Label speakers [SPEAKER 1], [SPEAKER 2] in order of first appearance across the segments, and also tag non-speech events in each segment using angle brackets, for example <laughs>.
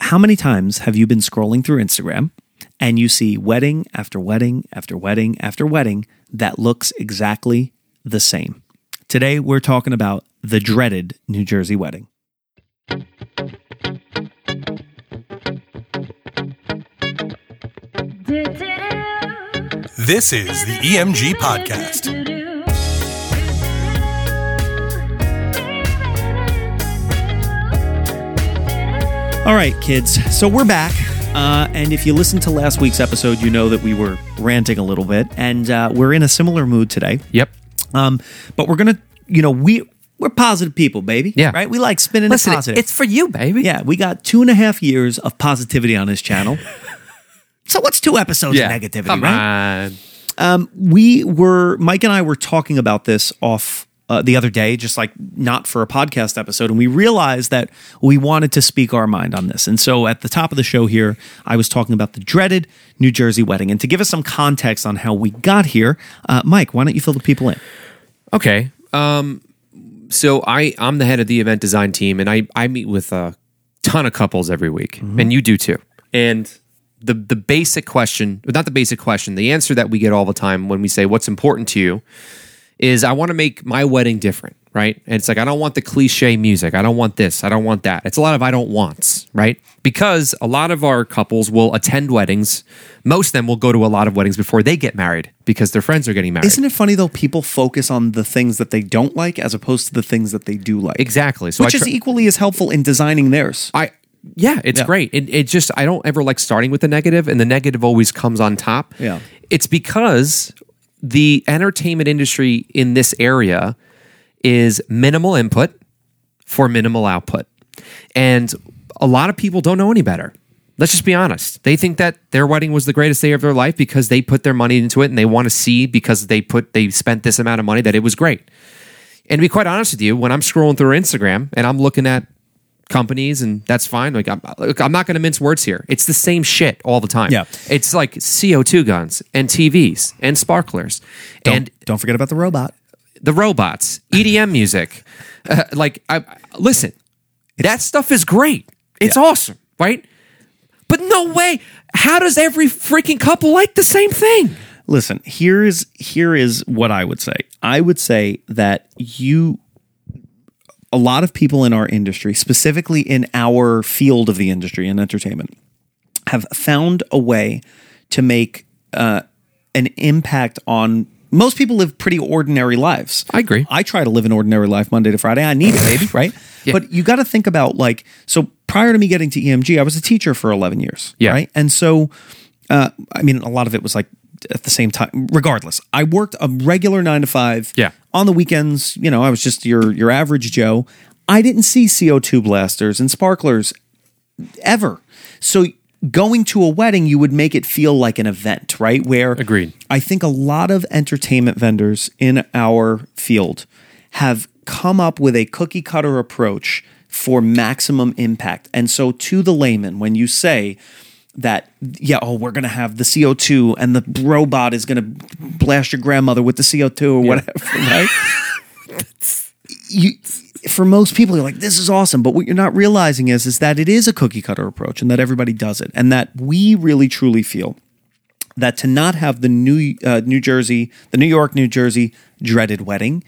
[SPEAKER 1] How many times have you been scrolling through Instagram and you see wedding after wedding after wedding after wedding that looks exactly the same? Today, we're talking about the dreaded New Jersey wedding.
[SPEAKER 2] This is the EMG Podcast.
[SPEAKER 1] All right, kids. So we're back. Uh, and if you listened to last week's episode, you know that we were ranting a little bit, and uh, we're in a similar mood today.
[SPEAKER 3] Yep.
[SPEAKER 1] Um, but we're gonna, you know, we we're positive people, baby.
[SPEAKER 3] Yeah.
[SPEAKER 1] right. We like spinning
[SPEAKER 3] Listen,
[SPEAKER 1] it positive.
[SPEAKER 3] it's for you, baby.
[SPEAKER 1] yeah. We got two and a half years of positivity on this
[SPEAKER 3] <laughs>
[SPEAKER 1] channel. so what's two episodes of negativity,
[SPEAKER 3] Come
[SPEAKER 1] right?
[SPEAKER 3] on.
[SPEAKER 1] we were Mike and I were talking about this off uh, the other day, just like not for a podcast episode, and we realized that we wanted to speak our mind on this. And so at the top of the show here, I was talking about the dreaded New Jersey wedding, and to give us some context on how we got here, uh, Mike, why don't you fill the people in?
[SPEAKER 3] Okay. Um, so I I'm the head of the event design team, and I I meet with a ton of couples every week,
[SPEAKER 1] Mm-hmm.
[SPEAKER 3] and you do too. And the the basic question, not the basic question, the answer that we get all the time when we say what's important to you is I want to make my wedding different, right? And it's like I don't want the cliche music. I don't want this. I don't want that. It's a lot of I don't wants, right? Because a lot of our couples will attend weddings. Most of them will go to a lot of weddings before they get married because their friends are getting married.
[SPEAKER 1] Isn't it funny though? People focus on the things that they don't like as opposed to the things that they do like.
[SPEAKER 3] exactly. So
[SPEAKER 1] Which
[SPEAKER 3] I
[SPEAKER 1] is
[SPEAKER 3] tr-
[SPEAKER 1] equally as helpful in designing theirs.
[SPEAKER 3] I yeah, it's
[SPEAKER 1] Yeah.
[SPEAKER 3] great. It, it just I don't ever like starting with the negative, and the negative always comes on top.
[SPEAKER 1] Yeah.
[SPEAKER 3] it's because the entertainment industry in this area is minimal input for minimal output, and a lot of people don't know any better. Let's just be honest. They think that their wedding was the greatest day of their life because they put their money into it and they want to see because they put they spent this amount of money that it was great. And to be quite honest with you, when I'm scrolling through Instagram and I'm looking at companies, and that's fine. Like I'm, look, I'm not going to mince words here. It's the same shit all the time.
[SPEAKER 1] Yeah.
[SPEAKER 3] it's like CO2 guns and TVs and sparklers and
[SPEAKER 1] don't forget about the robot.
[SPEAKER 3] the robots, EDM music. Uh, like, I, I- listen, that stuff is great. It's awesome, right? But no way. How does every freaking couple like the same thing?
[SPEAKER 1] Listen, here is here is what I would say. I would say that you a lot of people in our industry, specifically in our field of the industry in entertainment, have found a way to make uh, an impact on most people live pretty ordinary lives.
[SPEAKER 3] I agree.
[SPEAKER 1] I try to live an ordinary life Monday to Friday. I need it, baby, right? But you got to think about like so prior to me getting to EMG, I was a teacher for 11 years,
[SPEAKER 3] Yeah.
[SPEAKER 1] right? And so I mean, a lot of it was like at the same time. Regardless, I worked a regular nine to five.
[SPEAKER 3] Yeah.
[SPEAKER 1] On the weekends, you know, I was just your your average Joe. I didn't see CO two blasters and sparklers ever. So going to a wedding, you would make it feel like an event, right? Where
[SPEAKER 3] Agreed.
[SPEAKER 1] I think a lot of entertainment vendors in our field have come up with a cookie cutter approach for maximum impact. And so to the layman, when you say that, yeah, oh, we're going to have the CO2 and the robot is going to blast your grandmother with the CO2 or whatever, <laughs> right? you for most people you're like this is awesome but what you're not realizing is is that it is a cookie cutter approach and that everybody does it and that we really truly feel that to not have the new uh, New Jersey the New York New Jersey dreaded wedding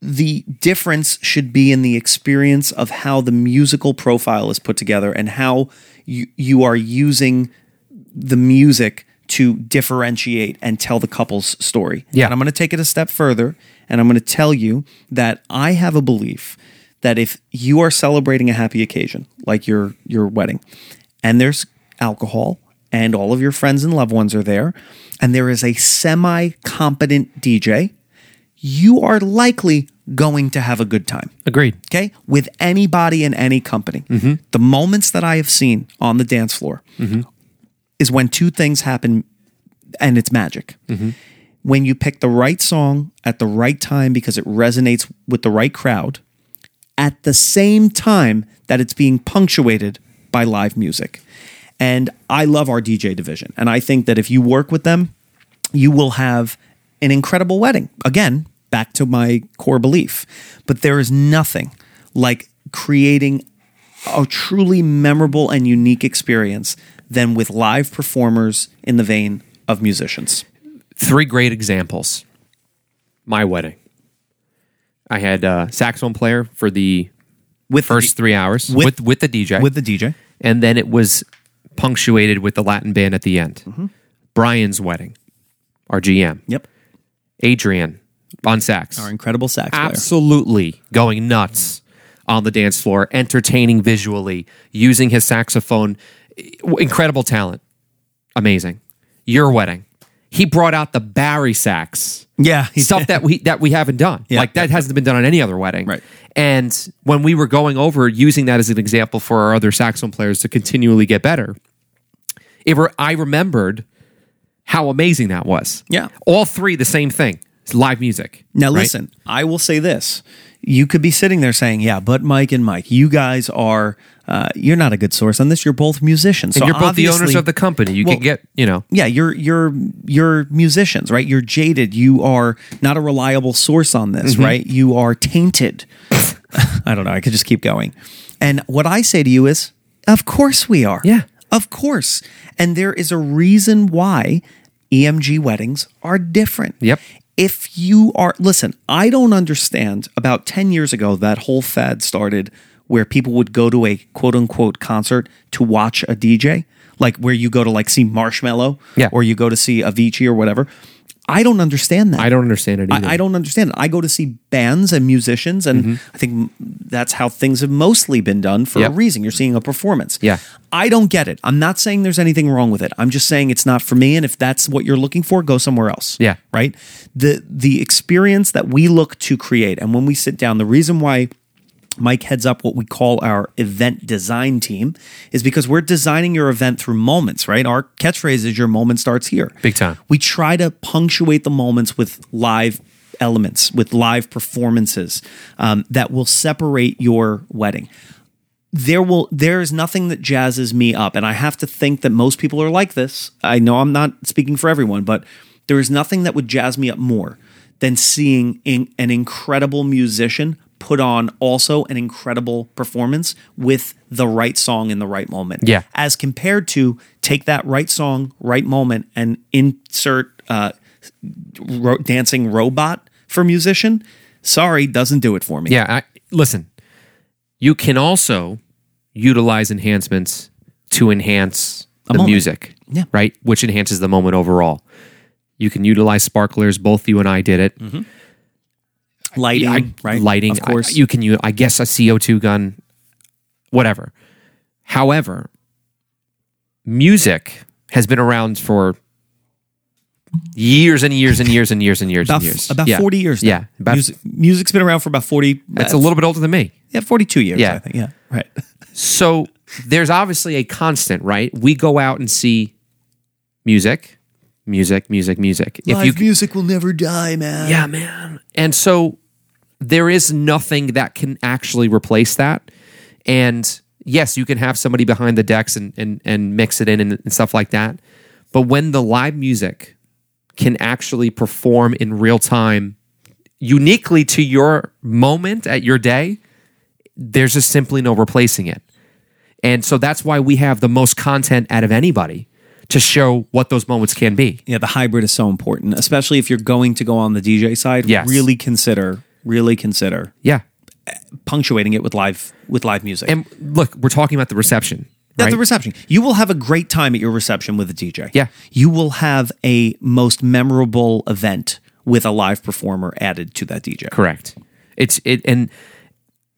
[SPEAKER 1] the difference should be in the experience of how the musical profile is put together and how you you are using the music to differentiate and tell the couple's story.
[SPEAKER 3] Yeah.
[SPEAKER 1] And I'm going to take it a step further and I'm going to tell you that I have a belief that if you are celebrating a happy occasion like your your wedding and there's alcohol and all of your friends and loved ones are there and there is a semi competent DJ, you are likely going to have a good time
[SPEAKER 3] Agreed.
[SPEAKER 1] okay, with anybody in any company. The moments that I have seen on the dance floor is when two things happen and it's magic. When you pick the right song at the right time because it resonates with the right crowd, at the same time that it's being punctuated by live music. And I love our DJ division. And I think that if you work with them, you will have an incredible wedding. Again, back to my core belief. But there is nothing like creating a truly memorable and unique experience than with live performers in the vein of musicians.
[SPEAKER 3] three great examples. My wedding. I had a saxophone player for the
[SPEAKER 1] With the D-
[SPEAKER 3] first three hours
[SPEAKER 1] with-
[SPEAKER 3] with, with the DJ,
[SPEAKER 1] with the DJ,
[SPEAKER 3] and then it was punctuated with the Latin band at the end. Brian's wedding, our GM,
[SPEAKER 1] yep,
[SPEAKER 3] Adrian on sax,
[SPEAKER 1] our incredible sax player.
[SPEAKER 3] absolutely going nuts on the dance floor, entertaining visually, using his saxophone. Incredible talent. Amazing. Your wedding. He brought out the Barry sax
[SPEAKER 1] <laughs> Yeah, he
[SPEAKER 3] stuff
[SPEAKER 1] did.
[SPEAKER 3] that we that we haven't done.
[SPEAKER 1] Yeah.
[SPEAKER 3] Like that hasn't been done on any other wedding.
[SPEAKER 1] Right.
[SPEAKER 3] And when we were going over using that as an example for our other saxophone players to continually get better, it re- I remembered how amazing that was.
[SPEAKER 1] Yeah.
[SPEAKER 3] All three the same thing. It's live music.
[SPEAKER 1] Now,
[SPEAKER 3] right?
[SPEAKER 1] listen, I will say this. You could be sitting there saying, yeah, but Mike and Mike, you guys are, uh, you're not a good source on this. You're both musicians. so
[SPEAKER 3] You're both the owners
[SPEAKER 1] obviously-
[SPEAKER 3] of the company. You
[SPEAKER 1] Well,
[SPEAKER 3] can get, you know,
[SPEAKER 1] yeah, you're you're you're musicians, right? You're jaded. You are not a reliable source on this,
[SPEAKER 3] Mm-hmm.
[SPEAKER 1] right? You are tainted. <laughs> I don't know. I could just keep going. And what I say to you is, of course we are.
[SPEAKER 3] Yeah.
[SPEAKER 1] Of course. And there is a reason why EMG weddings are different.
[SPEAKER 3] Yep.
[SPEAKER 1] If you are listen, I don't understand about 10 years ago that whole fad started where people would go to a quote unquote concert to watch a DJ, like where you go to like see Marshmello
[SPEAKER 3] Yeah.
[SPEAKER 1] or you go to see Avicii or whatever. I don't understand that.
[SPEAKER 3] I don't understand it either. Mm-hmm.
[SPEAKER 1] I, I don't understand. it. I go to see bands and musicians, and I think that's how things have mostly been done for a
[SPEAKER 3] Yep.
[SPEAKER 1] reason. You're seeing a performance.
[SPEAKER 3] Yeah.
[SPEAKER 1] I don't get it. I'm not saying there's anything wrong with it. I'm just saying it's not for me. And if that's what you're looking for, go somewhere else.
[SPEAKER 3] Yeah.
[SPEAKER 1] Right. The the experience that we look to create, and when we sit down, the reason why Mike heads up what we call our event design team is because we're designing your event through moments, right? Our catchphrase is your moment starts here.
[SPEAKER 3] Big time.
[SPEAKER 1] We try to punctuate the moments with live elements, with live performances um, that will separate your wedding. There will there is nothing that jazzes me up, and I have to think that most people are like this. I know I'm not speaking for everyone, but there is nothing that would jazz me up more than seeing in, an incredible musician put on also an incredible performance with the right song in the right moment
[SPEAKER 3] Yeah.
[SPEAKER 1] as compared to take that right song, right moment, and insert uh, ro- dancing robot for musician. Sorry, doesn't do it for me.
[SPEAKER 3] Yeah, I, listen. You can also utilize enhancements to enhance the
[SPEAKER 1] moment.
[SPEAKER 3] music,
[SPEAKER 1] Yeah.
[SPEAKER 3] right? Which enhances the moment overall. You can utilize sparklers. Both you and I did it.
[SPEAKER 1] lighting,
[SPEAKER 3] I-
[SPEAKER 1] right?
[SPEAKER 3] Lighting,
[SPEAKER 1] of course.
[SPEAKER 3] I- you can. u- I guess a CO two gun, whatever. However, music has been around for years and years and years and years and years
[SPEAKER 1] about
[SPEAKER 3] and years.
[SPEAKER 1] about
[SPEAKER 3] Yeah.
[SPEAKER 1] forty years. Now.
[SPEAKER 3] Yeah, about,
[SPEAKER 1] Music, music's been around for about forty.
[SPEAKER 3] that's
[SPEAKER 1] uh,
[SPEAKER 3] a little bit older than me.
[SPEAKER 1] yeah, forty-two years.
[SPEAKER 3] Yeah.
[SPEAKER 1] I think. yeah, right.
[SPEAKER 3] So there's obviously a constant, right? We go out and see music, music, music, music. If you,
[SPEAKER 1] music will never die, man.
[SPEAKER 3] yeah, man. And so there is nothing that can actually replace that. And yes, you can have somebody behind the decks and and and mix it in and, and stuff like that. But when the live music can actually perform in real time, uniquely to your moment at your day, there's just simply no replacing it. And so that's why we have the most content out of anybody to show what those moments can be.
[SPEAKER 1] Yeah, the hybrid is so important, especially if you're going to go on the DJ side.
[SPEAKER 3] Yes.
[SPEAKER 1] really consider, really consider
[SPEAKER 3] Yeah.
[SPEAKER 1] punctuating it with live with live music.
[SPEAKER 3] And look, we're talking about the reception.
[SPEAKER 1] At
[SPEAKER 3] right?
[SPEAKER 1] the reception. You will have a great time at your reception with a DJ.
[SPEAKER 3] Yeah.
[SPEAKER 1] You will have a most memorable event with a live performer added to that DJ.
[SPEAKER 3] Correct. It's it and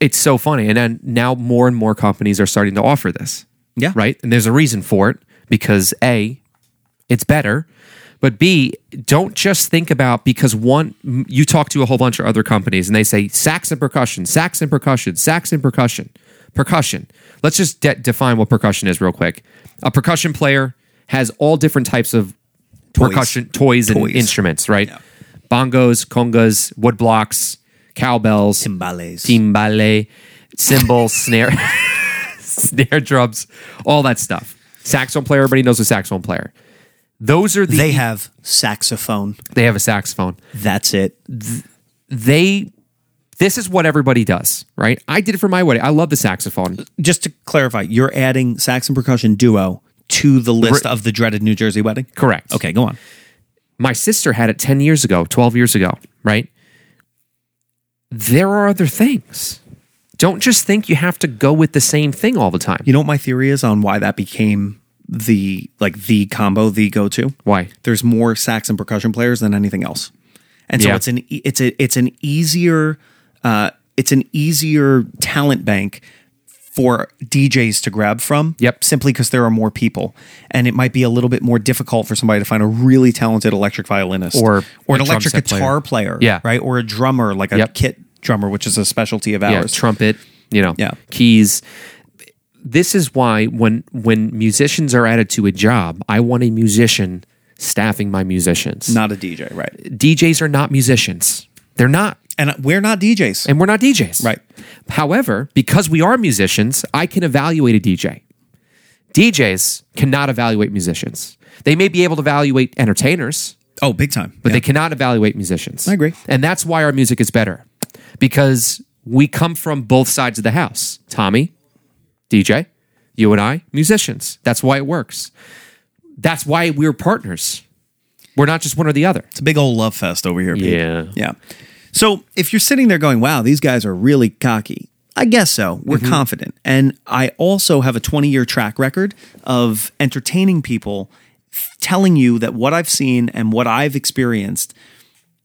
[SPEAKER 3] it's so funny. And then now more and more companies are starting to offer this.
[SPEAKER 1] Yeah.
[SPEAKER 3] Right? And there's a reason for it because A, it's better. But B, don't just think about because one m- you talk to a whole bunch of other companies and they say sax and percussion, sax and percussion, sax and percussion, percussion. Let's just de- define what percussion is real quick. A percussion player has all different types of percussion toys,
[SPEAKER 1] Toys.
[SPEAKER 3] and instruments, right? Bongos, congas, wood blocks, cowbells,
[SPEAKER 1] Timbales.
[SPEAKER 3] timbale, cymbals, snare, <laughs> snare drums, all that stuff. Saxophone player, everybody knows a saxophone player. Those are the
[SPEAKER 1] They have saxophone.
[SPEAKER 3] they have a saxophone.
[SPEAKER 1] That's it.
[SPEAKER 3] They This is what everybody does, right? I did it for my wedding. I love the saxophone.
[SPEAKER 1] Just to clarify, you're adding sax and percussion duo to the list of the dreaded New Jersey wedding?
[SPEAKER 3] Correct.
[SPEAKER 1] Okay, go on.
[SPEAKER 3] My sister had it 10 years ago, 12 years ago, right? There are other things. Don't just think you have to go with the same thing all the time.
[SPEAKER 1] You know what my theory is on why that became the like the combo, the go-to?
[SPEAKER 3] Why?
[SPEAKER 1] There's more sax and percussion players than anything else. And so
[SPEAKER 3] Yeah.
[SPEAKER 1] it's an e- it's a it's an easier uh it's an easier talent bank for DJs to grab from.
[SPEAKER 3] Yep.
[SPEAKER 1] Simply because there are more people. And it might be a little bit more difficult for somebody to find a really talented electric violinist
[SPEAKER 3] Or
[SPEAKER 1] or
[SPEAKER 3] a
[SPEAKER 1] an
[SPEAKER 3] drum
[SPEAKER 1] electric
[SPEAKER 3] set player.
[SPEAKER 1] guitar player.
[SPEAKER 3] Yeah.
[SPEAKER 1] Right. Or a drummer, like a
[SPEAKER 3] Yep.
[SPEAKER 1] kit drummer, which is a specialty of
[SPEAKER 3] yeah,
[SPEAKER 1] ours.
[SPEAKER 3] trumpet, you know,
[SPEAKER 1] Yeah.
[SPEAKER 3] keys. This is why when when musicians are added to a job, I want a musician staffing my musicians.
[SPEAKER 1] Not a DJ, right?
[SPEAKER 3] DJs are not musicians. They're not.
[SPEAKER 1] And we're not DJs.
[SPEAKER 3] And we're not DJs.
[SPEAKER 1] Right.
[SPEAKER 3] However, because we are musicians, I can evaluate a DJ. DJs cannot evaluate musicians. They may be able to evaluate entertainers,
[SPEAKER 1] Oh, big time.
[SPEAKER 3] but they cannot evaluate musicians.
[SPEAKER 1] I agree.
[SPEAKER 3] And that's why our music is better because we come from both sides of the house. Tommy, DJ, you and I, musicians. That's why it works. That's why we're partners. We're not just one or the other.
[SPEAKER 1] It's a big old love fest over here. Pete.
[SPEAKER 3] Yeah.
[SPEAKER 1] Yeah. So if you're sitting there going, wow, these guys are really cocky, I guess so. We're confident. And I also have a 20 year track record of entertaining people, f- telling you that what I've seen and what I've experienced.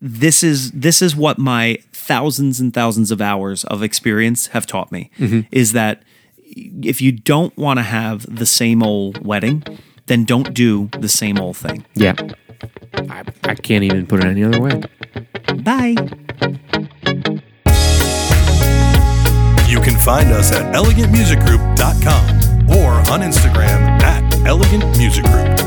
[SPEAKER 1] This is this is what my thousands and thousands of hours of experience have taught me is that if you don't want to have the same old wedding, then don't do the same old thing.
[SPEAKER 3] Yeah. I, I can't even put it any other way.
[SPEAKER 1] Bye.
[SPEAKER 2] You can find us at elegantmusicgroup.com or on Instagram at elegantmusicgroup.